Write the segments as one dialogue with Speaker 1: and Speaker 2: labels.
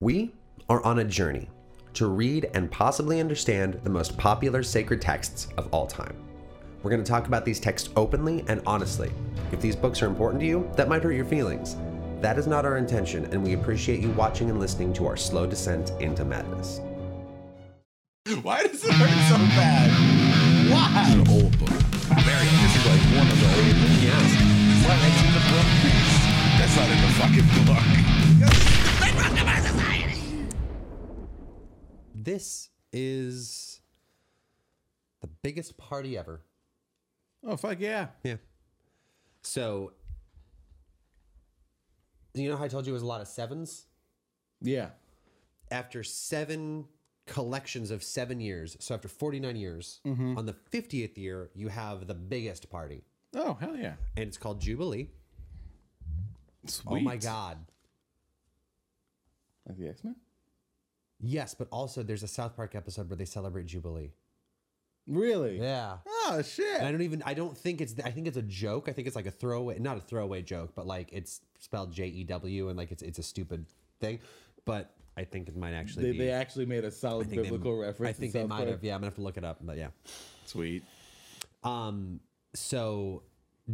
Speaker 1: We are on a journey to read and possibly understand the most popular sacred texts of all time. We're going to talk about these texts openly and honestly. If these books are important to you, that might hurt your feelings. That is not our intention, and we appreciate you watching and listening to our slow descent into madness.
Speaker 2: Why does it hurt so bad? Why?
Speaker 3: an old book.
Speaker 2: Very, this is like one of the old ones. Yes. What? That's in the book. That's not in the fucking book.
Speaker 1: This is the biggest party ever.
Speaker 2: Oh fuck yeah!
Speaker 1: Yeah. So, you know how I told you it was a lot of sevens?
Speaker 2: Yeah.
Speaker 1: after seven collections of seven years, so after 49 years,
Speaker 2: Mm-hmm.
Speaker 1: on the 50th year, you have the biggest party.
Speaker 2: Oh hell yeah!
Speaker 1: And it's called Jubilee.
Speaker 2: Sweet.
Speaker 1: Oh my God.
Speaker 2: Like the X Men.
Speaker 1: Yes, but also there's a South Park episode where they celebrate Jubilee.
Speaker 2: Really?
Speaker 1: Yeah.
Speaker 2: Oh shit!
Speaker 1: And I don't even, I don't think it's, I think it's a joke. I think it's like a throwaway, not a throwaway joke, but like it's spelled J E W and like it's, it's a stupid thing. But I think it might actually
Speaker 2: they,
Speaker 1: be.
Speaker 2: they actually made a solid
Speaker 1: I think they-
Speaker 2: biblical reference.
Speaker 1: I
Speaker 2: to
Speaker 1: think they
Speaker 2: South
Speaker 1: might
Speaker 2: Park.
Speaker 1: have. Yeah, I'm going to have to look it up. But yeah.
Speaker 2: Sweet.
Speaker 1: Um, so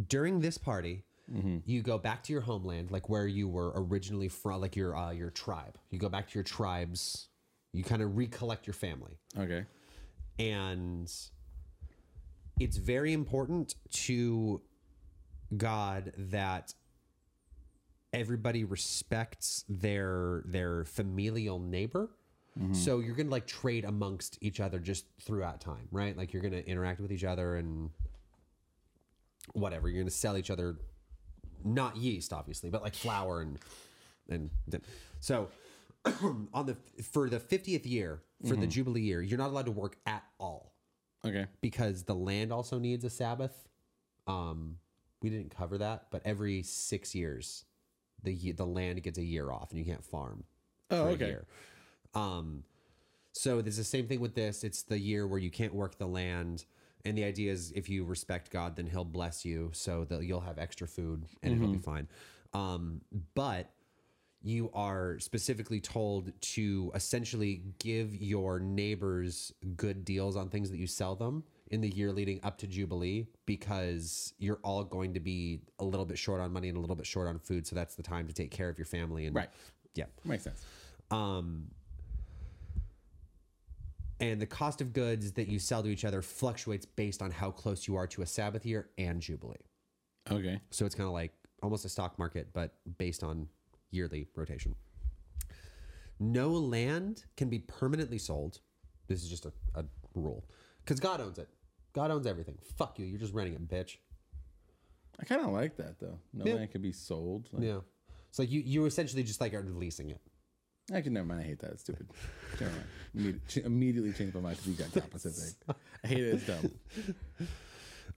Speaker 1: during this party, you go back to your homeland, like where you were originally from, like your uh, your tribe. You go back to your tribes. You kind of recollect your family,
Speaker 2: Okay.
Speaker 1: and it's very important to God that everybody respects their their familial neighbor. So you're gonna like trade amongst each other just throughout time, right? Like you're gonna interact with each other and whatever. You're gonna sell each other not yeast, obviously, but like flour and and th- so on the for the fiftieth year for the jubilee year, you're not allowed to work at all
Speaker 2: Okay.
Speaker 1: because the land also needs a Sabbath. Um, we didn't cover that, but every six years, the ye- the land gets a year off, and you can't farm
Speaker 2: Oh
Speaker 1: for a
Speaker 2: okay.
Speaker 1: year. Um, so there's the same thing with this. It's the year where you can't work the land, and the idea is if you respect God, then He'll bless you, so that you'll have extra food and it'll
Speaker 2: Mm-hmm.
Speaker 1: be fine. Um, but you are specifically told to essentially give your neighbors good deals on things that you sell them in the year leading up to Jubilee because you're all going to be a little bit short on money and a little bit short on food. So that's the time to take care of your family. And
Speaker 2: Right.
Speaker 1: Yeah.
Speaker 2: Makes sense.
Speaker 1: Um, and the cost of goods that you sell to each other fluctuates based on how close you are to a Sabbath year and Jubilee.
Speaker 2: Okay.
Speaker 1: So it's kind of like almost a stock market, but based on yearly rotation. No land can be permanently sold. This is just a, a rule because God owns it. God owns everything. Fuck you. You're just renting it, bitch.
Speaker 2: I kind of like that though. No
Speaker 1: Yeah.
Speaker 2: land can be sold. Like,
Speaker 1: Yeah. So you you essentially just like are leasing it.
Speaker 2: Actually, never mind. I hate that. It's stupid. Never mind. Immedi- ch- immediately changed my mind to the exact opposite thing. I hate it. It's dumb.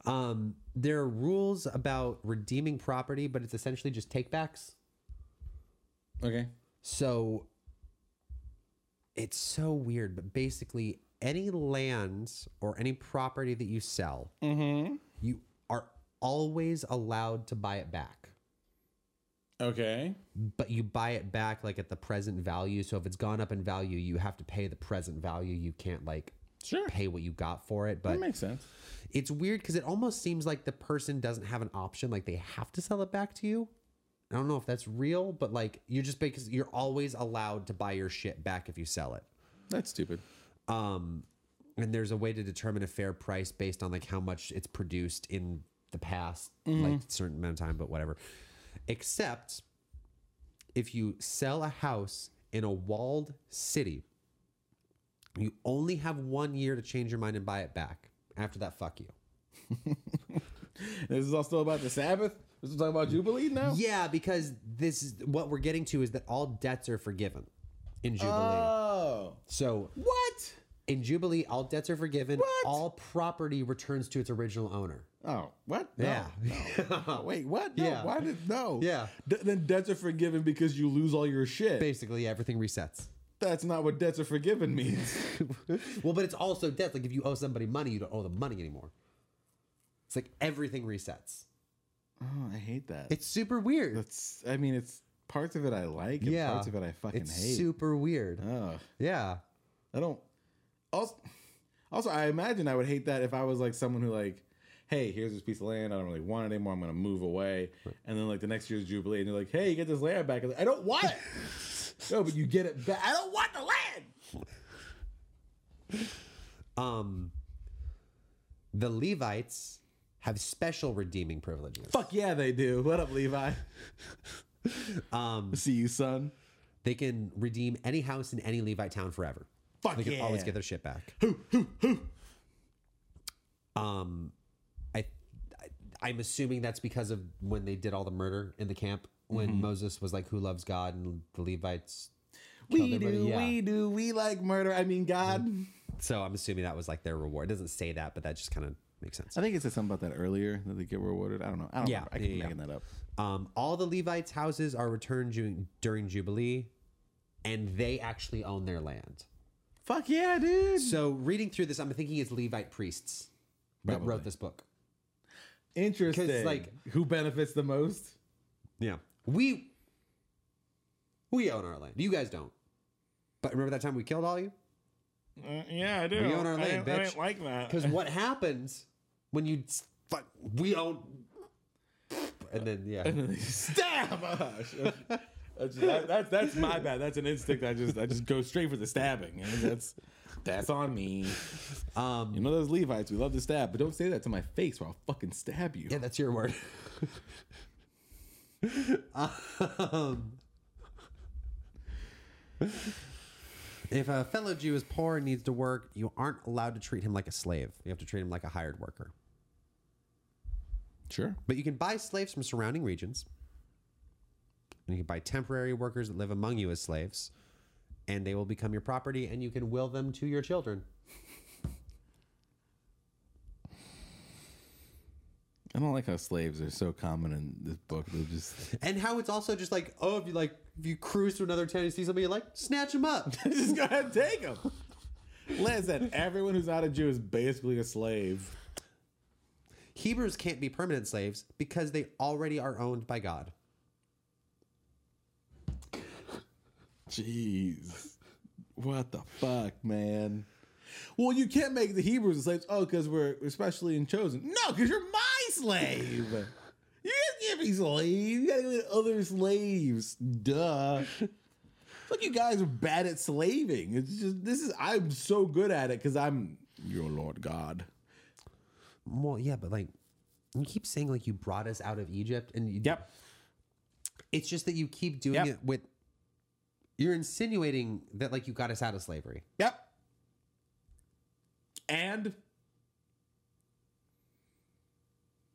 Speaker 1: Um, there are rules about redeeming property, but it's essentially just takebacks.
Speaker 2: Okay.
Speaker 1: So it's so weird, but basically, any lands or any property that you sell,
Speaker 2: Mm-hmm.
Speaker 1: you are always allowed to buy it back.
Speaker 2: Okay.
Speaker 1: But you buy it back like at the present value. So if it's gone up in value, you have to pay the present value. You can't like
Speaker 2: Sure.
Speaker 1: pay what you got for it. But
Speaker 2: That makes sense.
Speaker 1: it's weird because it almost seems like the person doesn't have an option like they have to sell it back to you i don't know if that's real but like you're just because you're always allowed to buy your shit back if you sell it
Speaker 2: That's stupid.
Speaker 1: um and there's a way to determine a fair price based on like how much it's produced in the past
Speaker 2: Mm-hmm.
Speaker 1: like certain amount of time but whatever except if you sell a house in a walled city you only have one year to change your mind and buy it back after that fuck you
Speaker 2: This is all still about the Sabbath. This is talking about Jubilee now.
Speaker 1: Yeah, because this is what we're getting to is that all debts are forgiven in Jubilee.
Speaker 2: Oh.
Speaker 1: so
Speaker 2: What?
Speaker 1: in Jubilee, all debts are forgiven.
Speaker 2: What?
Speaker 1: All property returns to its original owner.
Speaker 2: Oh, what? No.
Speaker 1: Yeah.
Speaker 2: No. Wait, what? No.
Speaker 1: Yeah.
Speaker 2: Why did no?
Speaker 1: Yeah.
Speaker 2: D- then debts are forgiven because you lose all your shit.
Speaker 1: Basically, everything resets.
Speaker 2: That's not what debts are forgiven means. Oh,
Speaker 1: Well, but it's also debts. Like if you owe somebody money, you don't owe them money anymore. It's like everything resets.
Speaker 2: oh, I hate that.
Speaker 1: It's super weird.
Speaker 2: That's. I mean, it's parts of it I like, and
Speaker 3: Yeah.
Speaker 2: parts of it I fucking
Speaker 3: It's
Speaker 2: hate.
Speaker 3: super weird.
Speaker 2: Ugh.
Speaker 3: yeah.
Speaker 2: I don't. Also, also, I imagine I would hate that if I was like someone who like, hey, here's this piece of land. I don't really want it anymore. I'm gonna move away. And then like the next year's jubilee, and they're like, hey, you get this land back. I'm like, I don't want it. no, but you get it back. I don't want the land.
Speaker 1: Um, the Levites have special redeeming privileges.
Speaker 2: Fuck yeah, they do. What up, Levi?
Speaker 1: Um,
Speaker 2: See you, son.
Speaker 1: they can redeem any house in any Levite town forever.
Speaker 2: Fuck
Speaker 1: They can
Speaker 2: yeah.
Speaker 1: always get their shit back. Um, I, I, am assuming that's because of when they did all the murder in the camp when
Speaker 2: Mm-hmm.
Speaker 1: Moses was like, "Who loves God?" and the Levites.
Speaker 2: we
Speaker 1: killed
Speaker 2: do,
Speaker 1: everybody. Yeah.
Speaker 2: we do, we like murder. I mean, God.
Speaker 1: So I'm assuming that was like their reward. It doesn't say that, but that just kind of makes sense.
Speaker 2: I think it said something about that earlier that they get rewarded. I don't know. I don't
Speaker 1: Yeah,
Speaker 2: remember. I keep
Speaker 1: yeah, yeah.
Speaker 2: making that up.
Speaker 1: Um, all the Levites' houses are returned during, during Jubilee, and they actually own their land.
Speaker 2: Fuck yeah, dude.
Speaker 1: So reading through this, I'm thinking it's Levite priests that wrote
Speaker 2: Probably.
Speaker 1: this book.
Speaker 2: Interesting.
Speaker 1: like-
Speaker 2: Like, who benefits the most?
Speaker 1: Yeah, we we own our land. You guys don't. But remember that time we killed all you?
Speaker 2: yeah, I do.
Speaker 1: We own our Uh, I land, didn't- I bitch. didn't
Speaker 2: like that.
Speaker 1: Because what happens when you s- fuck? We own. And then yeah,
Speaker 2: Stab! us. That's, that- that's- that's my bad. That's an instinct. I just I just go straight for the stabbing. And That's that's on me.
Speaker 1: um,
Speaker 2: You know those Levites, we love to stab, but don't say that to my face or I'll fucking stab you.
Speaker 1: yeah, that's your word. um, if a fellow Jew is poor and needs to work, you aren't allowed to treat him like a slave. You have to treat him like a hired worker.
Speaker 2: Sure.
Speaker 1: But you can buy slaves from surrounding regions. And you can buy temporary workers that live among you as slaves. And they will become your property and you can will them to your children.
Speaker 2: I don't like how slaves are so common in this book. They're just
Speaker 1: And how it's also just like, oh, if you like if you cruise to another town and see somebody you like, snatch them up.
Speaker 2: just go ahead and take them. Listen, everyone who's not a Jew is basically a slave.
Speaker 1: Hebrews can't be permanent slaves because they already are owned by God.
Speaker 2: Jeez. What the fuck, man? Well, you can't make the Hebrews the slaves. Oh, because we're especially in chosen. No, because you're my slave. You can't be slave. You gotta get other slaves. Duh. It's like you guys are bad at slaving. It's just this is I'm so good at it because I'm your Lord God.
Speaker 1: Well, yeah, but like you keep saying like you brought us out of Egypt and you,
Speaker 2: Yep.
Speaker 1: it's just that you keep doing
Speaker 2: Yep.
Speaker 1: it with you're insinuating that like you got us out of slavery.
Speaker 2: Yep. And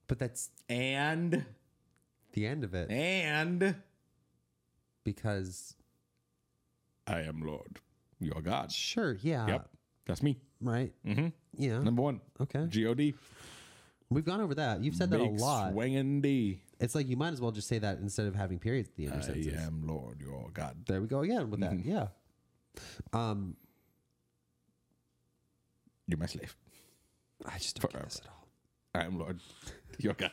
Speaker 1: But that's
Speaker 2: and
Speaker 1: the end of it.
Speaker 2: and
Speaker 1: because
Speaker 2: I am Lord, your God.
Speaker 1: sure, yeah,
Speaker 2: Yep, that's me.
Speaker 1: right,
Speaker 2: Uh, Mm-hmm.
Speaker 1: yeah,
Speaker 2: Number one,
Speaker 1: okay.
Speaker 2: God.
Speaker 1: We've gone over that. You've said that a lot.
Speaker 2: Swinging D.
Speaker 1: It's like you might as well just say that instead of having periods at the end of sentences.
Speaker 2: I am Lord, your God.
Speaker 1: There we go again with that. Yeah. Um,
Speaker 2: You're my slave.
Speaker 1: I just don't get this at all.
Speaker 2: I am Lord, your God.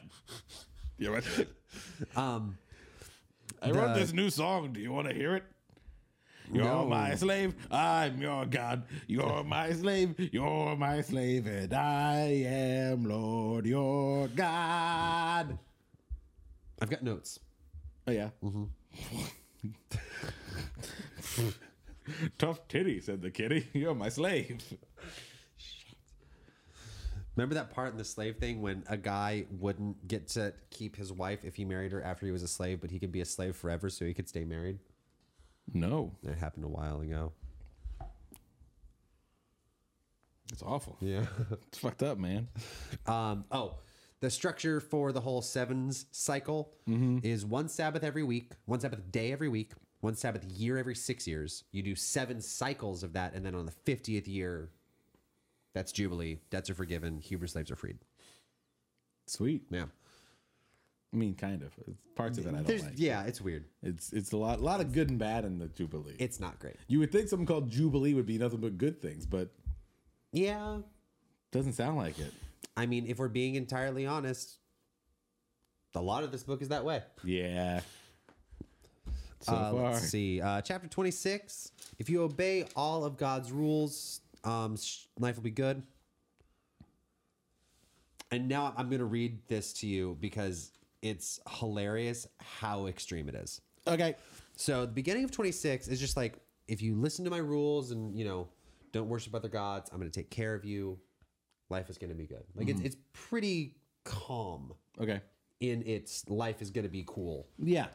Speaker 2: You're my slave.
Speaker 1: Um,
Speaker 2: I wrote this new song. Do you want to hear it? You're
Speaker 1: No.
Speaker 2: my slave. I'm your God. You're my slave. You're my slave. And I am Lord, your God.
Speaker 1: I've got notes.
Speaker 2: Oh, yeah.
Speaker 1: Mm-hmm.
Speaker 2: Tough titty, said the kitty. You're my slave.
Speaker 1: Remember that part in the slave thing when a guy wouldn't get to keep his wife if he married her after he was a slave, but he could be a slave forever so he could stay married?
Speaker 2: No.
Speaker 1: That happened a while ago.
Speaker 2: It's awful.
Speaker 1: Yeah.
Speaker 2: It's fucked up, man.
Speaker 1: Um, oh, the structure for the whole sevens cycle
Speaker 2: Mm-hmm.
Speaker 1: is one Sabbath every week, one Sabbath day every week, one Sabbath year every six years. You do seven cycles of that, and then on the fiftieth year, that's Jubilee. Debts are forgiven. Hebrew slaves are freed.
Speaker 2: Sweet.
Speaker 1: Yeah,
Speaker 2: I mean, kind of. It's Parts of it I don't
Speaker 1: There's,
Speaker 2: like.
Speaker 1: yeah, it's weird.
Speaker 2: It's it's a lot, lot of good and bad in the Jubilee.
Speaker 1: It's not great.
Speaker 2: you would think something called Jubilee would be nothing but good things, but
Speaker 1: Yeah,
Speaker 2: doesn't sound like it.
Speaker 1: I mean, if we're being entirely honest, a lot of this book is that way.
Speaker 2: Yeah. So
Speaker 1: uh,
Speaker 2: far.
Speaker 1: Let's see. Uh, chapter 26. If you obey all of God's rules, um, sh- life will be good. And now I'm going to read this to you because it's hilarious how extreme it is.
Speaker 2: Okay.
Speaker 1: So the beginning of 26 is just like if you listen to my rules and you know don't worship other gods, I'm going to take care of you. Life is going to be good. Like
Speaker 2: Mm-hmm.
Speaker 1: it's it's pretty calm
Speaker 2: Okay.
Speaker 1: in its life is going to be cool.
Speaker 2: Yeah.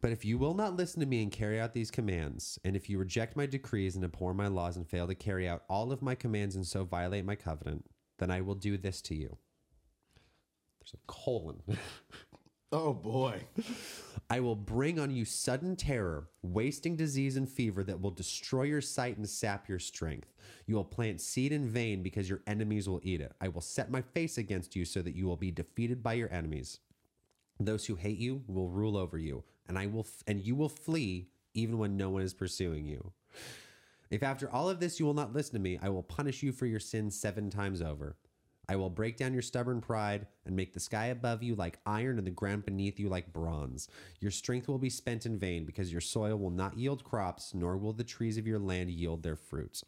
Speaker 1: But if you will not listen to me and carry out these commands, and if you reject my decrees and abhor my laws and fail to carry out all of my commands and so violate my covenant, then I will do this to you. There's a colon.
Speaker 2: Oh boy.
Speaker 1: I will bring on you sudden terror, wasting disease and fever that will destroy your sight and sap your strength. You will plant seed in vain because your enemies will eat it. I will set my face against you so that you will be defeated by your enemies. Those who hate you will rule over you, and I will f- and you will flee even when no one is pursuing you. If after all of this you will not listen to me, I will punish you for your sins seven times over. I will break down your stubborn pride and make the sky above you like iron and the ground beneath you like bronze. Your strength will be spent in vain because your soil will not yield crops, nor will the trees of your land yield their fruits.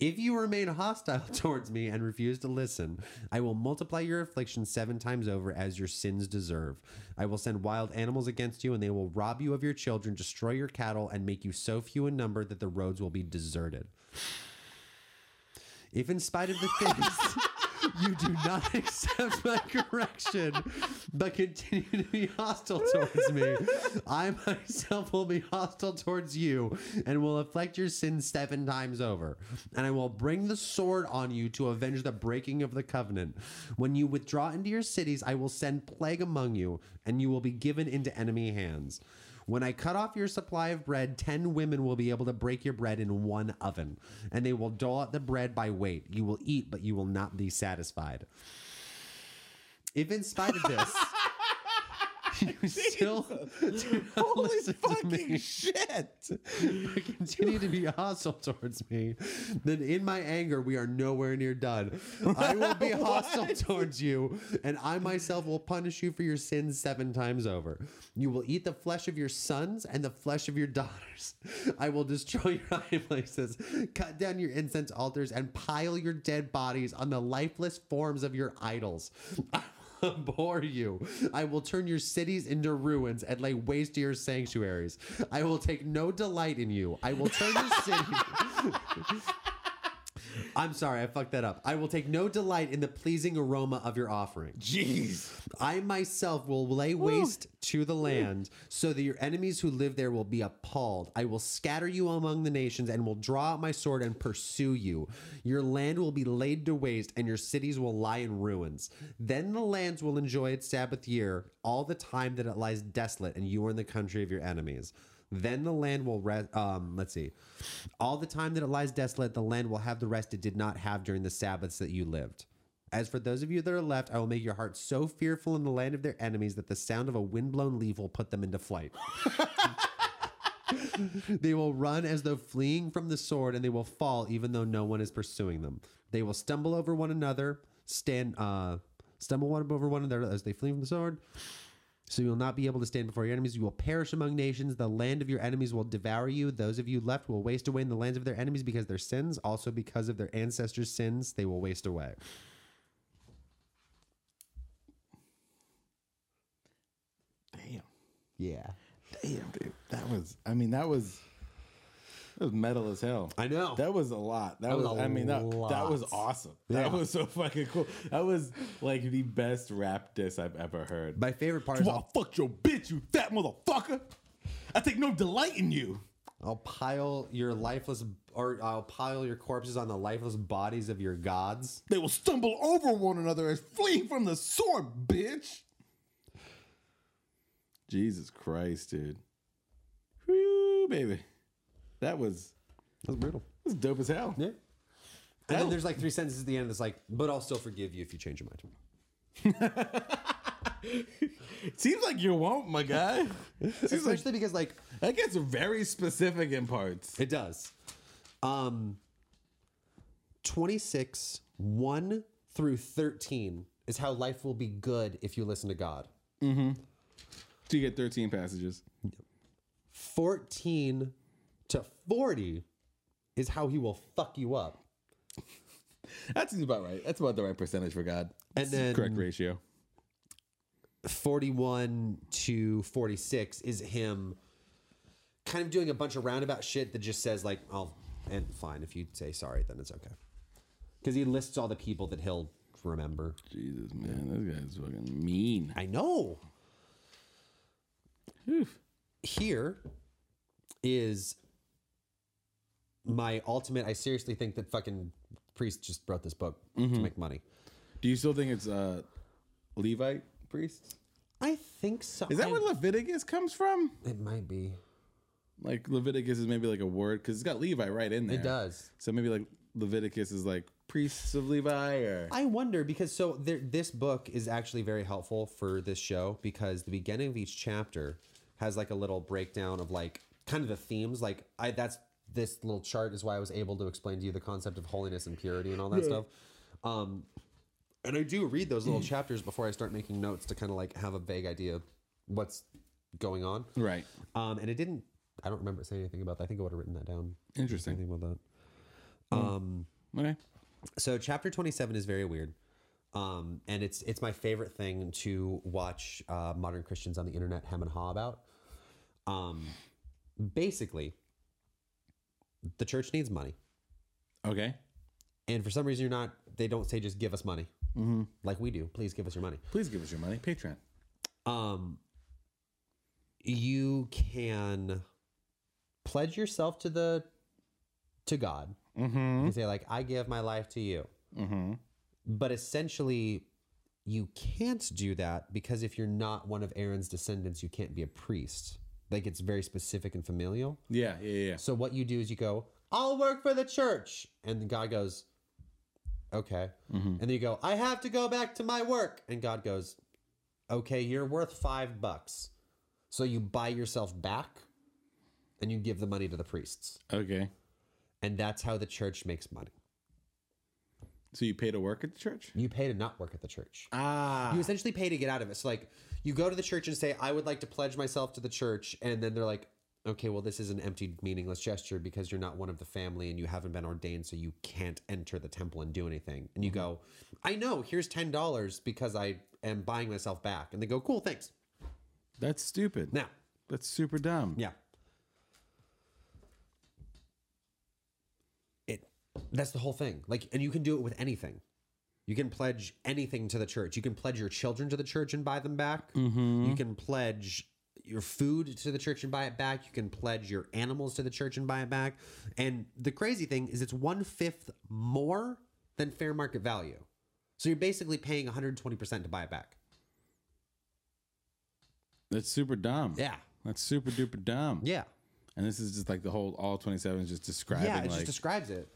Speaker 1: If you remain hostile towards me and refuse to listen, I will multiply your affliction seven times over as your sins deserve. I will send wild animals against you, and they will rob you of your children, destroy your cattle, and make you so few in number that the roads will be deserted. If, in spite of the things you do not accept my correction, but continue to be hostile towards me, I myself will be hostile towards you and will afflict your sins seven times over. And I will bring the sword on you to avenge the breaking of the covenant. When you withdraw into your cities, I will send plague among you, and you will be given into enemy hands. When I cut off your supply of bread, ten women will be able to break your bread in one oven, and they will dole out the bread by weight. You will eat, but you will not be satisfied. If, in spite of this, you still do not
Speaker 2: Holy
Speaker 1: listen to me
Speaker 2: fucking shit.
Speaker 1: but continue to be hostile towards me, then in my anger we are nowhere near done. I will be hostile towards you, and I myself will punish you for your sins seven times over. You will eat the flesh of your sons and the flesh of your daughters. I will destroy your high places, cut down your incense altars, and pile your dead bodies on the lifeless forms of your idols. I abhor you. I will turn your cities into ruins and lay waste to your sanctuaries. I will take no delight in you. I will turn your city. I'm sorry, I fucked that up. I will take no delight in the pleasing aroma of your offering.
Speaker 2: Jeez.
Speaker 1: I myself will lay waste to the land so that your enemies who live there will be appalled. I will scatter you among the nations and will draw out my sword and pursue you. Your land will be laid to waste and your cities will lie in ruins. Then the lands will enjoy its Sabbath year all the time that it lies desolate and you are in the country of your enemies. Then the land will rest. Um, let's see. All the time that it lies desolate, the land will have the rest it did not have during the Sabbaths that you lived. As for those of you that are left, I will make your hearts so fearful in the land of their enemies that the sound of a windblown leaf will put them into flight. they will run as though fleeing from the sword, and they will fall even though no one is pursuing them. They will stumble over one another, stand, uh, stumble one over one another as they flee from the sword. So you will not be able to stand before your enemies. You will perish among nations. The land of your enemies will devour you. Those of you left will waste away in the lands of their enemies because their sins, also because of their ancestors' sins, they will waste away.
Speaker 2: Damn.
Speaker 1: Yeah.
Speaker 2: Damn, dude. That was I mean, that was that was metal as hell.
Speaker 1: I know.
Speaker 2: That was a lot. That,
Speaker 1: was
Speaker 2: was,
Speaker 1: a
Speaker 2: I mean that that was
Speaker 1: lot.
Speaker 2: awesome. That
Speaker 1: Yeah.
Speaker 2: was so fucking cool. That was like the best rap diss I've ever heard.
Speaker 1: My favorite part is
Speaker 2: Well,
Speaker 1: I'll,
Speaker 2: fuck your bitch, you fat motherfucker. I take no delight in you.
Speaker 1: I'll pile your lifeless, or I'll pile your corpses on the lifeless bodies of your gods.
Speaker 2: They will stumble over one another as fleeing from the sword, bitch. Jesus Christ, dude. Whew, baby. That was
Speaker 1: That's brutal.
Speaker 2: that was dope as hell.
Speaker 1: Yeah. And then
Speaker 2: Oh.
Speaker 1: there's like three sentences at the end that's like, but I'll still forgive you if you change your mind.
Speaker 2: Seems like you won't, my guy. Seems like
Speaker 1: Especially because like
Speaker 2: that gets very specific in parts.
Speaker 1: it does. Um 26, 1 through 13 is how life will be good if you listen to God.
Speaker 2: So you get 13 passages.
Speaker 1: 14 to 40 is how he will fuck you up.
Speaker 2: That seems about right. That's about the right percentage for God.
Speaker 1: And then
Speaker 2: Correct ratio.
Speaker 1: 41 to 46 is him kind of doing a bunch of roundabout shit that just says like oh and fine if you say sorry then it's okay because he lists all the people that he'll remember
Speaker 2: Jesus, man. This guy's fucking mean.
Speaker 1: i know here is my ultimate i seriously think that fucking priest just wrote this book to make money
Speaker 2: Do you still think it's uh, Levite priests?
Speaker 1: i think so
Speaker 2: Is that
Speaker 1: I-
Speaker 2: where Leviticus comes from?
Speaker 1: it might be
Speaker 2: Like Leviticus is maybe like a word because it's got Levi right in there.
Speaker 1: it does
Speaker 2: So maybe like Leviticus is like priests of Levi or
Speaker 1: I wonder because so there, this book is actually very helpful for this show because the beginning of each chapter has like a little breakdown of like kind of the themes. Like I that's this little chart is why I was able to explain to you the concept of holiness and purity and all that stuff. Um, and I do read those little chapters before I start making notes to kind of like have a vague idea of what's going on.
Speaker 2: right.
Speaker 1: Um, and it didn't. I don't remember saying anything about that. I think I would have written that down.
Speaker 2: Interesting.
Speaker 1: Anything about that? Um
Speaker 2: Okay.
Speaker 1: so chapter 27 is very weird um, and it's it's my favorite thing to watch uh, modern christians on the internet hem and haw about um, basically the church needs money
Speaker 2: Okay.
Speaker 1: and for some reason you're not they don't say just give us money like we do please give us your money
Speaker 2: Please give us your money, Patreon.
Speaker 1: um, you can pledge yourself to the to god
Speaker 2: Mm-hmm.
Speaker 1: you can say like i give my life to you
Speaker 2: Mm-hmm.
Speaker 1: but essentially you can't do that because if you're not one of Aaron's descendants, you can't be a priest. Like it's very specific and familial.
Speaker 2: Yeah. Yeah. Yeah.
Speaker 1: So what you do is you go, I'll work for the church. And God goes, Okay.
Speaker 2: Mm-hmm.
Speaker 1: And then you go, I have to go back to my work. And God goes, Okay, you're worth five bucks. So you buy yourself back and you give the money to the priests.
Speaker 2: Okay.
Speaker 1: And that's how the church makes money.
Speaker 2: So you pay to work at the church?
Speaker 1: You pay to not work at the church.
Speaker 2: Ah.
Speaker 1: You essentially pay to get out of it. So like you go to the church and say, I would like to pledge myself to the church, and then they're like, Okay, well, this is an empty, meaningless gesture because you're not one of the family and you haven't been ordained, so you can't enter the temple and do anything. And you go, I know, here's ten dollars because I am buying myself back. And they go, Cool, thanks.
Speaker 2: That's stupid.
Speaker 1: Now,
Speaker 2: That's super dumb.
Speaker 1: yeah. It that's the whole thing. Like and you can do it with anything. You can pledge anything to the church. You can pledge your children to the church and buy them back.
Speaker 2: Mm-hmm.
Speaker 1: You can pledge your food to the church and buy it back. You can pledge your animals to the church and buy it back. And the crazy thing is it's one fifth more than fair market value. So you're basically paying 120% to buy it back.
Speaker 2: That's super dumb.
Speaker 1: Yeah.
Speaker 2: That's super duper dumb.
Speaker 1: Yeah.
Speaker 2: And this is just like the whole all 27 is just describing
Speaker 1: Yeah. It
Speaker 2: like
Speaker 1: just describes it.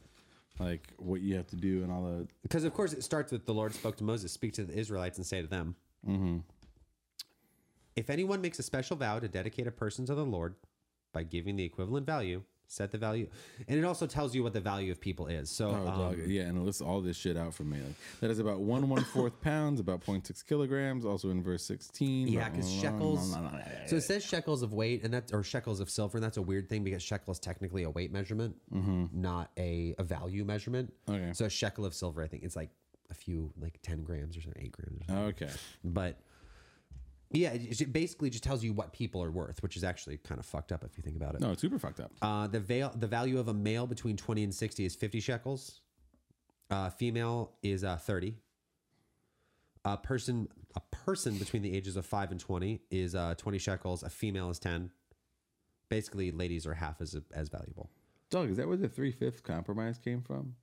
Speaker 2: like what you have to do and all the
Speaker 1: Because of course it starts with the Lord spoke to Moses, speak to the Israelites and say to them,
Speaker 2: Mm-hmm.
Speaker 1: If anyone makes a special vow to dedicate a person to the Lord by giving the equivalent value, set the value. And it also tells you what the value of people is. So
Speaker 2: Oh,
Speaker 1: um,
Speaker 2: dog. Yeah, and it lists all this shit out for me. Like, that is about one one fourth pounds, about 0.6 kilograms, also in verse 16.
Speaker 1: Yeah, 'cause shekels- so
Speaker 2: So
Speaker 1: it says shekels of weight and that's or shekels of silver, and that's a weird thing because shekel is technically a weight measurement, not a, a value measurement.
Speaker 2: Mm-hmm. Okay.
Speaker 1: So a shekel of silver, I think it's like a few like ten grams or something, eight grams or something.
Speaker 2: okay.
Speaker 1: But yeah, it, it basically just tells you what people are worth, which is actually kind of fucked up if you think about it.
Speaker 2: No, it's super fucked up.
Speaker 1: Uh, the veil, the value of a male between twenty and sixty is fifty shekels. Uh, female is uh, thirty. A person, a person between the ages of five and twenty is uh, twenty shekels. A female is ten. Basically, ladies are half as as valuable.
Speaker 2: Dog, is that where the three fifths compromise came from?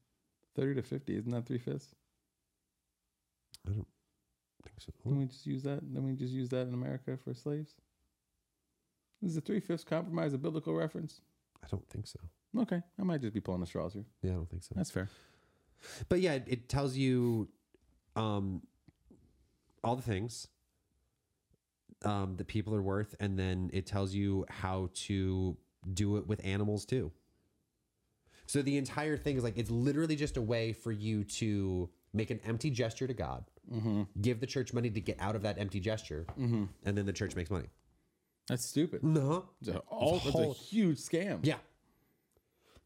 Speaker 2: 30 to 50, isn't that three fifths?
Speaker 1: I don't think so.
Speaker 2: Didn't we just use that? Didn't we just use that in America for slaves? Is the three fifths compromise a biblical reference?
Speaker 1: I don't think so.
Speaker 2: Okay, I might just be pulling the straws here.
Speaker 1: Yeah, I don't think so.
Speaker 2: That's fair.
Speaker 1: but yeah, it, it tells you um, all the things um, that people are worth, and then it tells you how to do it with animals too. So the entire thing is like it's literally just a way for you to make an empty gesture to God, give the church money Uh-huh. to get out of that empty gesture, and then the church makes money.
Speaker 2: That's stupid.
Speaker 1: No.
Speaker 2: It's a, all, that's a
Speaker 1: whole-
Speaker 2: huge scam.
Speaker 1: Yeah.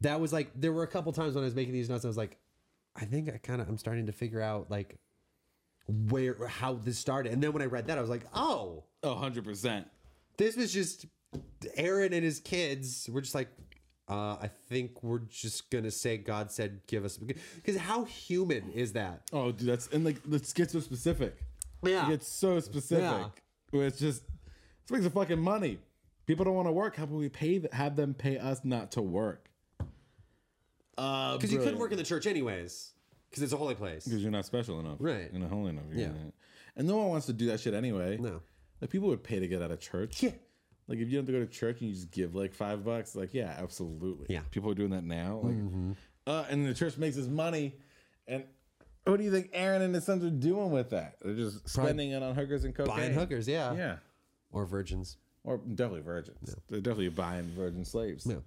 Speaker 1: That was like there were a couple times when I was making these notes, I was like, I think I kind of I'm starting to figure out like where how this started. And then when I read that, I was like, oh,
Speaker 2: A hundred percent.
Speaker 1: this was just Aaron and his kids were just like, uh, I think we're just gonna say God said give us because how human is that?
Speaker 2: Oh, dude, that's and like let's get so specific.
Speaker 1: Yeah.
Speaker 2: It gets so specific.
Speaker 1: Yeah.
Speaker 2: Where it's just it's makes of fucking money. People don't want to work. How can we pay th- have them pay us not to work? Uh,
Speaker 1: Because you couldn't work in the church anyways, because it's a holy place.
Speaker 2: because you're not special enough,
Speaker 1: Right.
Speaker 2: You're not holy enough. You're
Speaker 1: Yeah.
Speaker 2: not- and no one wants to do that shit anyway.
Speaker 1: No.
Speaker 2: Like people would pay to get out of church.
Speaker 1: Yeah.
Speaker 2: Like if you don't have to go to church and you just give like five bucks, like yeah, absolutely.
Speaker 1: Yeah. Mm-hmm.
Speaker 2: People are doing that now. Like, uh, and the church makes this money, and what do you think Aaron and his sons are doing with that? They're just spending it on hookers and cocaine.
Speaker 1: Buying hookers, yeah.
Speaker 2: Yeah.
Speaker 1: Or virgins.
Speaker 2: Or definitely virgins. They're definitely buying virgin slaves.
Speaker 1: No.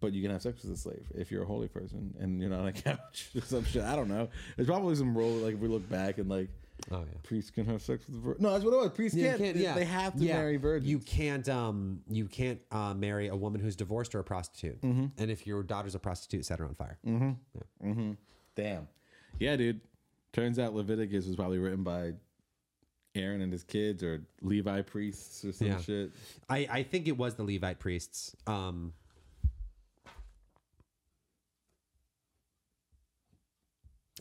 Speaker 2: But you can have sex with a slave if you're a holy person and you're not on a couch or some shit. I don't know. There's probably some rule like if we look back and like
Speaker 1: Oh yeah.
Speaker 2: priests can have sex with vir- no, that's what it was. Priests
Speaker 1: You
Speaker 2: can't.
Speaker 1: can't- yeah.
Speaker 2: They have to
Speaker 1: Yeah.
Speaker 2: marry virgins.
Speaker 1: You can't um you can't uh, marry a woman who's divorced or a prostitute.
Speaker 2: Mm-hmm.
Speaker 1: And if your daughter's a prostitute, set her on fire.
Speaker 2: Damn. Yeah, dude. Turns out Leviticus was probably written by Aaron and his kids or Levi priests or some
Speaker 1: Yeah.
Speaker 2: shit.
Speaker 1: I, I think it was the Levite priests. Um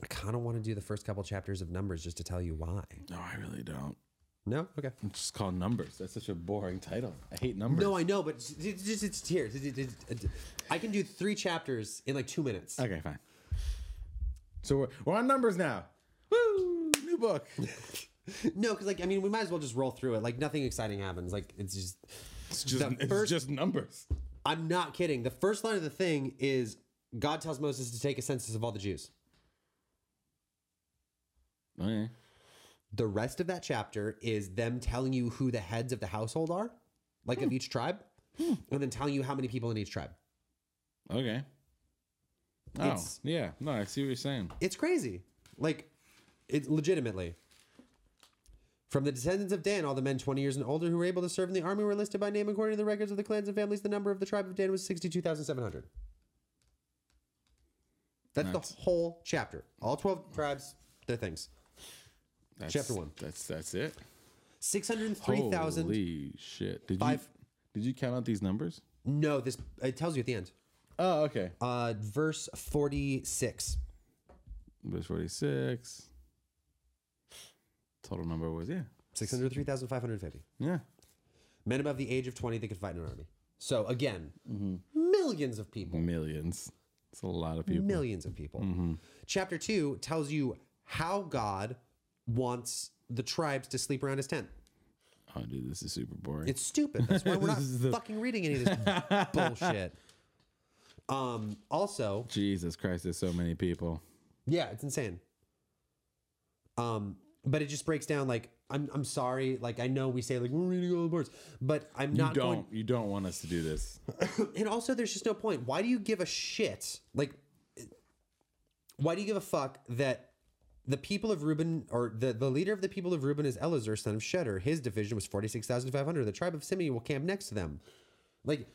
Speaker 1: I kind of want to do the first couple chapters of Numbers just to tell you why.
Speaker 2: No, I really don't.
Speaker 1: No, okay.
Speaker 2: It's just called Numbers. That's such a boring title. I hate numbers.
Speaker 1: No, I know, but it's, it's just it's tears. It- it- it- it- I can do three chapters in like two minutes.
Speaker 2: Okay, fine. So we're, we're on numbers now. Woo! New book.
Speaker 1: No, because like I mean, we might as well just roll through it. Like nothing exciting happens. Like it's just
Speaker 2: It's just,
Speaker 1: The
Speaker 2: it's
Speaker 1: first-
Speaker 2: just numbers.
Speaker 1: I'm not kidding. The first line of the thing is God tells Moses to take a census of all the Jews.
Speaker 2: Okay.
Speaker 1: The rest of that chapter is them telling you who the heads of the household are, like of each tribe, and then telling you how many people in each tribe.
Speaker 2: Okay. Oh,
Speaker 1: It's-
Speaker 2: yeah. No, I see what you're saying.
Speaker 1: It's crazy. Like, it legitimately. From the descendants of Dan, all the men 20 years and older who were able to serve in the army were listed by name according to the records of the clans and families. The number of the tribe of Dan was 62,700. That's the whole chapter. All 12 tribes, their things.
Speaker 2: That's,
Speaker 1: Chapter one.
Speaker 2: That's that's it.
Speaker 1: 603,000.
Speaker 2: Holy shit. Did
Speaker 1: Five.
Speaker 2: you did you count out these numbers?
Speaker 1: No, this it tells you at the end.
Speaker 2: Oh, okay.
Speaker 1: Uh, verse 46.
Speaker 2: Verse 46. Total number was, yeah.
Speaker 1: 603,550.
Speaker 2: Yeah.
Speaker 1: Men above the age of 20 that could fight in an army. So again, millions of people.
Speaker 2: Millions. It's a lot of people.
Speaker 1: Millions of people. Chapter 2 tells you how God wants the tribes to sleep around his tent.
Speaker 2: Oh, dude, this is super boring.
Speaker 1: It's stupid. That's why we're not fucking reading any of this bullshit. Um, also,
Speaker 2: Jesus Christ, there's so many people.
Speaker 1: Yeah, it's insane. Um, but it just breaks down like I'm I'm sorry, like I know we say like we're reading all the words, but I'm
Speaker 2: You
Speaker 1: not
Speaker 2: don't.
Speaker 1: going
Speaker 2: You don't want us to do this.
Speaker 1: and also there's just no point. Why do you give a shit? Like why do you give a fuck that the people of Reuben or the, the leader of the people of Reuben is Elazar, son of Shedder. His division was forty six thousand five hundred. The tribe of Simeon will camp next to them. Like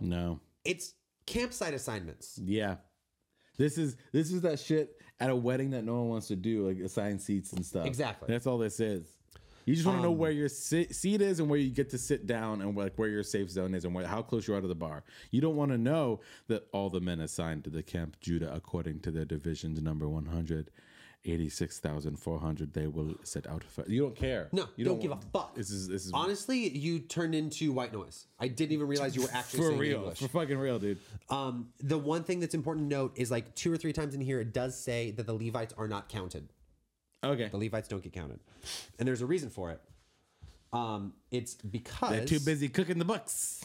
Speaker 2: No.
Speaker 1: it's campsite assignments.
Speaker 2: Yeah. This is this is that shit at a wedding that no one wants to do, like assign seats and stuff.
Speaker 1: Exactly. Um,
Speaker 2: That's all this is. You just want to know where your si- seat is and where you get to sit down and like where your safe zone is and where, how close you are to the bar. You don't want to know that all the men assigned to the camp Judah according to their divisions number 100 86,400 they will set out for. You don't care.
Speaker 1: No,
Speaker 2: you
Speaker 1: don't, give a
Speaker 2: want-
Speaker 1: fuck.
Speaker 2: This is this is
Speaker 1: Honestly, you turned into white noise. I didn't even realize you were actually
Speaker 2: for
Speaker 1: saying
Speaker 2: real.
Speaker 1: English.
Speaker 2: For fucking real, dude.
Speaker 1: Um, the one thing that's important to note is like two or three times in here, it does say that the Levites are not counted.
Speaker 2: Okay.
Speaker 1: The Levites don't get counted, and there's a reason for it. Um, it's because
Speaker 2: They're too busy cooking the books.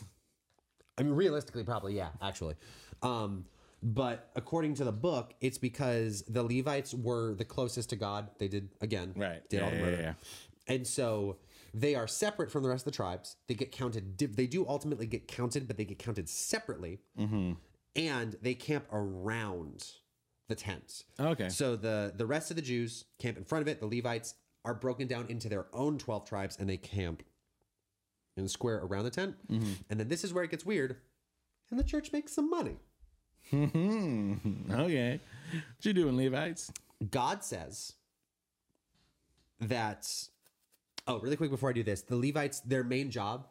Speaker 1: I mean, realistically, probably yeah, actually. Um, but according to the book, it's because the Levites were the closest to God. They did again,
Speaker 2: Right.
Speaker 1: Did
Speaker 2: Yeah,
Speaker 1: all the
Speaker 2: yeah,
Speaker 1: murder,
Speaker 2: yeah,
Speaker 1: and so they are separate from the rest of the tribes. They get counted. div- They do ultimately get counted, but they get counted separately, and they camp around the tents.
Speaker 2: Okay.
Speaker 1: So the the rest of the Jews camp in front of it. The Levites are broken down into their own twelve tribes, and they camp in a square around the tent. And then this is where it gets weird. And the church makes some money.
Speaker 2: Mm-hmm. Okay. What you doing, Levites?
Speaker 1: God says that. Oh, really quick before I do this, the Levites, their main job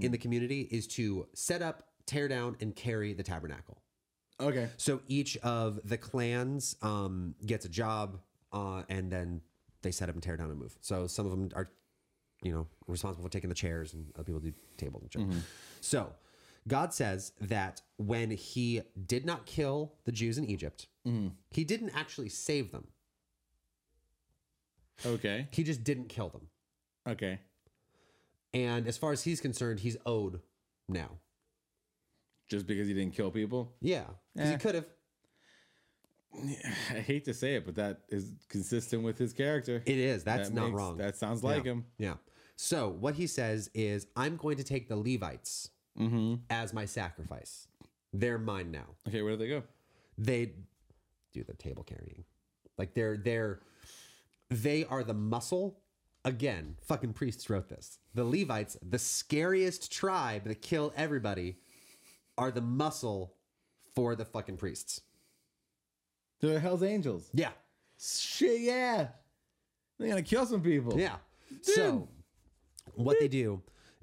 Speaker 1: in the community is to set up, tear down, and carry the tabernacle.
Speaker 2: Okay.
Speaker 1: So each of the clans um, gets a job, uh, and then they set up and tear down and move. So some of them are, you know, responsible for taking the chairs, and other people do table and chair. So God says that when He did not kill the Jews in Egypt, He didn't actually save them.
Speaker 2: Okay.
Speaker 1: He just didn't kill them.
Speaker 2: Okay.
Speaker 1: And as far as he's concerned, he's owed now.
Speaker 2: Just because he didn't kill people?
Speaker 1: Yeah, 'cause he
Speaker 2: Eh.
Speaker 1: could have.
Speaker 2: I hate to say it, but that is consistent with his character.
Speaker 1: It is. That's
Speaker 2: That
Speaker 1: not
Speaker 2: makes-
Speaker 1: wrong.
Speaker 2: That sounds like him.
Speaker 1: Yeah. So what he says is, I'm going to take the Levites
Speaker 2: Mm-hmm.
Speaker 1: as my sacrifice. They're mine now.
Speaker 2: Okay, where do they go?
Speaker 1: They do the table carrying. Like they're they're they are the muscle. Again, fucking priests wrote this. The Levites, the scariest tribe that kill everybody, are the muscle for the fucking priests.
Speaker 2: They're Hell's Angels.
Speaker 1: Yeah.
Speaker 2: Shit, yeah. They're gonna kill some people.
Speaker 1: Yeah. So what they do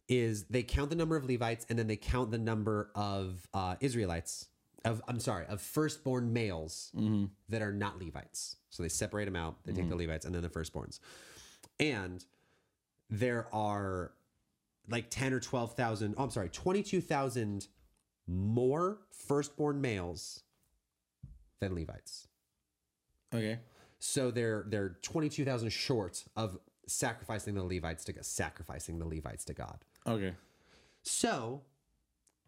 Speaker 1: is they count the number of Levites and then they count the number of uh, Israelites of I'm sorry of firstborn males that are not Levites. So they separate them out. They take the Levites and then the firstborns. And there are like ten or twelve thousand. Oh, I'm sorry, twenty two thousand more firstborn males than Levites.
Speaker 2: Okay.
Speaker 1: So they're they're twenty two thousand short of sacrificing the Levites to sacrificing the Levites to God.
Speaker 2: Okay.
Speaker 1: So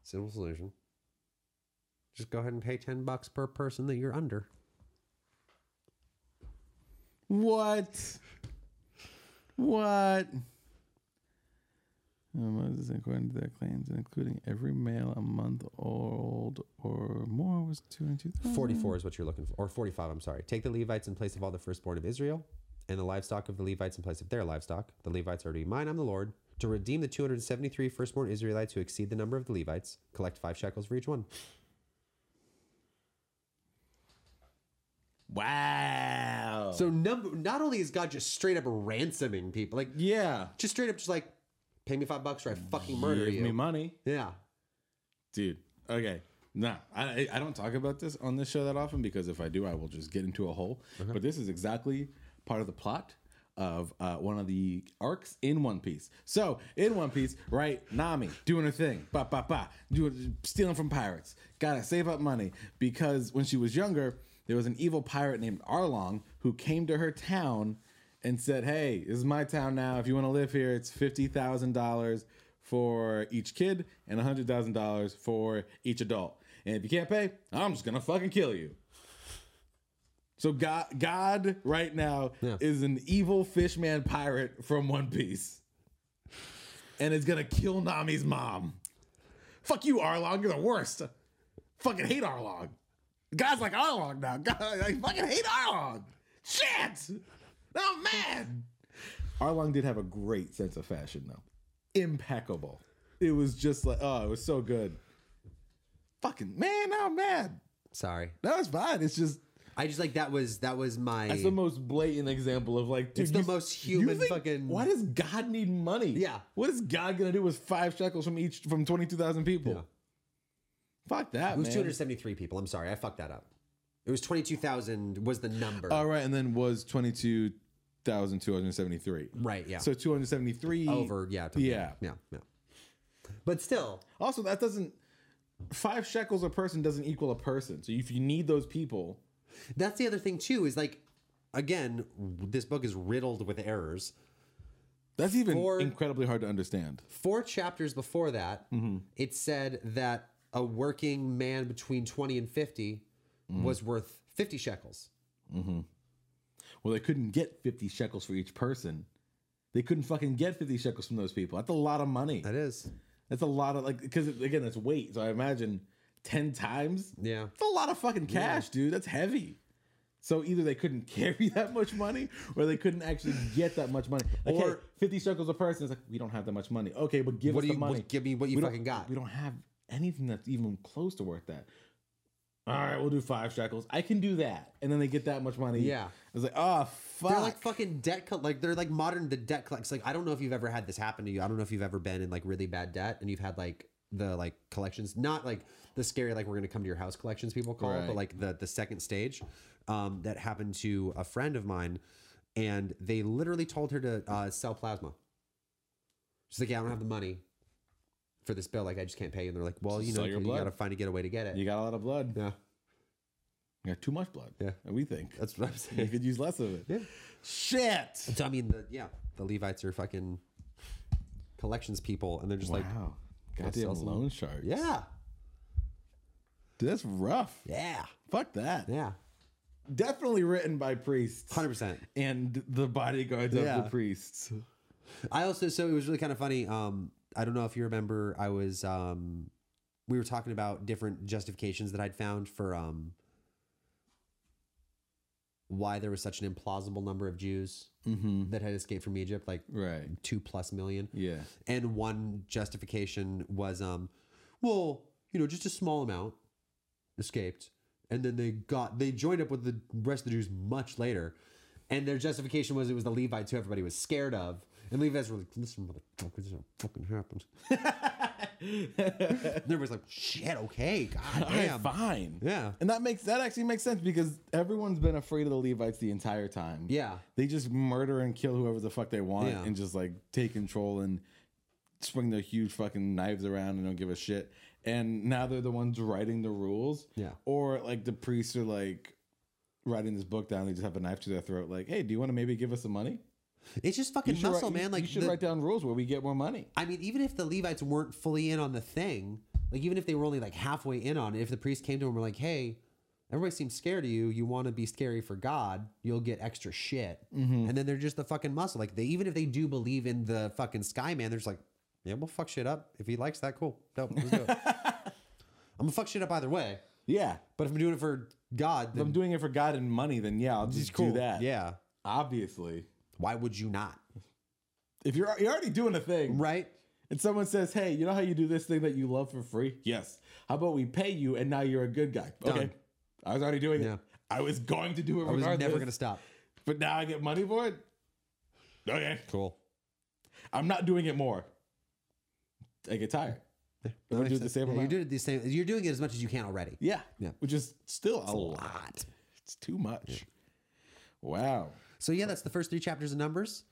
Speaker 1: simple solution. Just go ahead and pay ten bucks per person that you're under.
Speaker 2: What? What? Uh, Moses, according to their claims, including every male a month old or more, was two and two.
Speaker 1: Forty four is what you're looking for, or forty five. I'm sorry. Take the Levites in place of all the firstborn of Israel, and the livestock of the Levites in place of their livestock. The Levites are to be mine. I'm the Lord. To redeem the 273 firstborn Israelites who exceed the number of the Levites, collect five shekels for each one.
Speaker 2: Wow.
Speaker 1: So, number, not only is God just straight up ransoming people, like
Speaker 2: yeah,
Speaker 1: just straight up just like pay me five bucks or I fucking murder
Speaker 2: give
Speaker 1: you.
Speaker 2: me money,
Speaker 1: yeah.
Speaker 2: dude. Okay. Nah, I I don't talk about this on this show that often because if I do, I will just get into a hole. But this is exactly part of the plot of uh, one of the arcs in One Piece. So in One Piece, right? Nami doing her thing, ba ba ba, doing stealing from pirates. Gotta save up money because when she was younger, there was an evil pirate named Arlong who came to her town and said, "Hey, this is my town now. If you want to live here, it's fifty thousand dollars for each kid and hundred thousand dollars for each adult. And if you can't pay, I'm just gonna fucking kill you." So God, God, right now
Speaker 1: Yeah.
Speaker 2: is an evil fishman pirate from One Piece, and is gonna kill Nami's mom. Fuck you, Arlong. You're the worst. Fucking hate Arlong. God's like Arlong now. God, I fucking hate Arlong. Shit. I'm mad. Arlong did have a great sense of fashion, though. Impeccable. It was just like, oh, it was so good. Fucking man, now I'm mad.
Speaker 1: Sorry.
Speaker 2: No, it's fine. It's just
Speaker 1: I just like that was that was my
Speaker 2: that's the most blatant example of like, dude,
Speaker 1: It's the most human fucking-
Speaker 2: Why does God need money?
Speaker 1: Yeah.
Speaker 2: What is God gonna do with five shekels from each from twenty two thousand people?
Speaker 1: Yeah.
Speaker 2: Fuck that,
Speaker 1: it was
Speaker 2: man.
Speaker 1: 273 people. I'm sorry. I fucked that up. It was 22,000 was the number.
Speaker 2: All right, and then was twenty two thousand two hundred seventy three.
Speaker 1: right, yeah.
Speaker 2: So two hundred seventy three
Speaker 1: over, yeah. to-
Speaker 2: Yeah.
Speaker 1: Yeah, yeah. But still,
Speaker 2: Also, that doesn't five shekels a person doesn't equal a person. So if you need those people,
Speaker 1: that's the other thing too is like again, this book is riddled with errors.
Speaker 2: that's even
Speaker 1: Four-
Speaker 2: incredibly hard to understand.
Speaker 1: Four chapters before that,
Speaker 2: Mm-hmm.
Speaker 1: it said that a working man between 20 and 50
Speaker 2: Mm-hmm.
Speaker 1: was worth 50 shekels.
Speaker 2: Well, they couldn't get fifty shekels for each person. They couldn't fucking get fifty shekels from those people. That's a lot of money.
Speaker 1: That is.
Speaker 2: That's a lot of like because again, that's weight. So I imagine ten times.
Speaker 1: Yeah.
Speaker 2: That's a lot of fucking cash, dude. That's heavy. So either they couldn't carry that much money, or they couldn't actually get that much money. Like, hey,
Speaker 1: Or-
Speaker 2: fifty shekels a person. It's like we don't have that much money. Okay, but give
Speaker 1: What
Speaker 2: us
Speaker 1: do
Speaker 2: the
Speaker 1: you
Speaker 2: money.
Speaker 1: what, give me? What you
Speaker 2: we
Speaker 1: fucking
Speaker 2: don't,
Speaker 1: got?
Speaker 2: We don't have anything that's even close to worth that. All right, we'll do five shekels. I can do that, and then they get that much money.
Speaker 1: Yeah.
Speaker 2: it's like oh fuck.
Speaker 1: They're like fucking debt co- like they're like modern the debt collects like I don't know if you've ever had this happen to you. I don't know if you've ever been in like really bad debt and you've had like the like collections not like the scary like we're gonna come to your house collections people call it,
Speaker 2: Right.
Speaker 1: but like the the second stage um, that happened to a friend of mine and they literally told her to uh, sell plasma. She's like, yeah, I don't have the money for this bill. Like I just can't pay. And they're like, well,
Speaker 2: Just
Speaker 1: you
Speaker 2: sell
Speaker 1: know,
Speaker 2: your
Speaker 1: you
Speaker 2: blood.
Speaker 1: gotta find a getaway to get it.
Speaker 2: you got a lot of blood.
Speaker 1: Yeah,
Speaker 2: You got too much blood.
Speaker 1: Yeah.
Speaker 2: and we think
Speaker 1: that's what I'm
Speaker 2: you
Speaker 1: saying.
Speaker 2: could use less of it.
Speaker 1: Yeah.
Speaker 2: Shit.
Speaker 1: So I mean, the yeah, the Levites are fucking collections people, and they're just like,
Speaker 2: wow.
Speaker 1: sell
Speaker 2: Goddamn
Speaker 1: some-
Speaker 2: loan sharks.
Speaker 1: yeah,
Speaker 2: Dude, that's rough.
Speaker 1: yeah,
Speaker 2: Fuck that.
Speaker 1: yeah,
Speaker 2: Definitely written by priests
Speaker 1: hundred percent.
Speaker 2: and the bodyguards of
Speaker 1: Yeah.
Speaker 2: the priests.
Speaker 1: I also so it was really kind of funny. Um, I don't know if you remember, I was um, we were talking about different justifications that I'd found for um, why there was such an implausible number of Jews
Speaker 2: Mm-hmm.
Speaker 1: that had escaped from Egypt, like
Speaker 2: Right.
Speaker 1: two plus million.
Speaker 2: Yeah.
Speaker 1: And one justification was, um, well, you know, just a small amount escaped, and then they got they joined up with the rest of the Jews much later, and their justification was it was the Levites who everybody was scared of, and Levites were like, listen, motherfucker, this is what fucking happened. and everybody's like, shit, okay, god
Speaker 2: All right,
Speaker 1: damn,
Speaker 2: fine.
Speaker 1: yeah,
Speaker 2: And that makes that actually makes sense because everyone's been afraid of the Levites the entire time.
Speaker 1: yeah,
Speaker 2: They just murder and kill whoever the fuck they want
Speaker 1: Yeah.
Speaker 2: and just like take control and swing their huge fucking knives around and don't give a shit. And now they're the ones writing the rules.
Speaker 1: Yeah.
Speaker 2: Or like the priests are like writing this book down, they just have a knife to their throat, like, hey, do you want to maybe give us some money?
Speaker 1: it's just
Speaker 2: You
Speaker 1: fucking
Speaker 2: should
Speaker 1: muscle,
Speaker 2: write-
Speaker 1: man. Like
Speaker 2: you should
Speaker 1: the-
Speaker 2: write down rules where we get more money.
Speaker 1: I mean, even if the Levites weren't fully in on the thing, like even if they were only like halfway in on it, if the priest came to him and were like, hey, everybody seems scared of you. You want to be scary for God, you'll get extra shit.
Speaker 2: Mm-hmm.
Speaker 1: And then they're just the fucking muscle. Like they, even if they do believe in the fucking sky man, they're just like, yeah, we'll fuck shit up. If he likes that, cool. Dope. Let's do it. I'm gonna fuck shit up either way.
Speaker 2: Yeah.
Speaker 1: But if I'm doing it for God,
Speaker 2: If I'm
Speaker 1: then
Speaker 2: doing it for God and money, then yeah, I'll just do that.
Speaker 1: Yeah.
Speaker 2: Obviously.
Speaker 1: Why would you not?
Speaker 2: If you're you're already doing a thing.
Speaker 1: Right?
Speaker 2: and someone says, "Hey, you know how you do this thing that you love for free? Yes. How about we pay you and now you're a good guy? Okay.
Speaker 1: Done.
Speaker 2: I was already doing
Speaker 1: Yeah.
Speaker 2: it. I was going to do it.
Speaker 1: I was
Speaker 2: regardless,
Speaker 1: never gonna stop.
Speaker 2: But now I get money for it. Okay.
Speaker 1: Cool.
Speaker 2: I'm not doing it more. I get tired.
Speaker 1: That
Speaker 2: I
Speaker 1: makes
Speaker 2: do the
Speaker 1: sense.
Speaker 2: same
Speaker 1: Yeah, you're
Speaker 2: amount.
Speaker 1: doing it the same. You're doing it as much as you can already.
Speaker 2: Yeah.
Speaker 1: Yeah.
Speaker 2: Which is still a
Speaker 1: a
Speaker 2: lot.
Speaker 1: lot.
Speaker 2: It's too much. Wow.
Speaker 1: So yeah, that's the first three chapters of Numbers.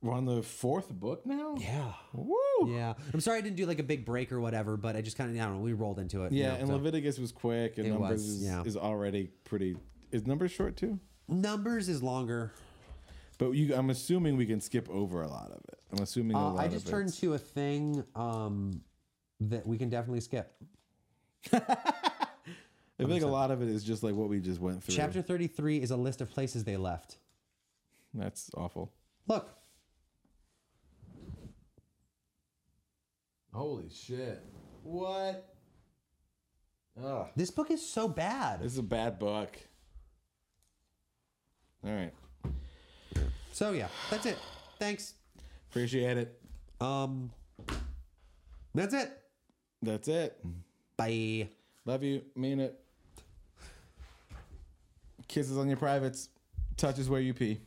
Speaker 2: We're on the fourth book now.
Speaker 1: Yeah.
Speaker 2: Woo.
Speaker 1: Yeah. I'm sorry I didn't do like a big break or whatever, but I just kind of I don't know. We rolled into it. you
Speaker 2: Yeah,
Speaker 1: know,
Speaker 2: and
Speaker 1: so.
Speaker 2: Leviticus was quick, and
Speaker 1: It
Speaker 2: Numbers
Speaker 1: was,
Speaker 2: is,
Speaker 1: yeah.
Speaker 2: is already pretty. Is Numbers short too?
Speaker 1: Numbers is longer.
Speaker 2: But you, I'm assuming we can skip over a lot of it. I'm assuming a
Speaker 1: Uh,
Speaker 2: lot
Speaker 1: I
Speaker 2: of
Speaker 1: just
Speaker 2: it.
Speaker 1: turned to a thing um, that we can definitely skip.
Speaker 2: I think a lot of it is just like what we just went through.
Speaker 1: Chapter 33 is a list of places they left.
Speaker 2: That's awful.
Speaker 1: Look,
Speaker 2: Holy shit! What? Ugh.
Speaker 1: this book is so bad.
Speaker 2: This is a bad book. All right,
Speaker 1: So yeah, that's it. Thanks.
Speaker 2: appreciate it.
Speaker 1: Um, that's it.
Speaker 2: That's it.
Speaker 1: Bye.
Speaker 2: Love you. Mean it. Kisses on your privates. Touches where you pee.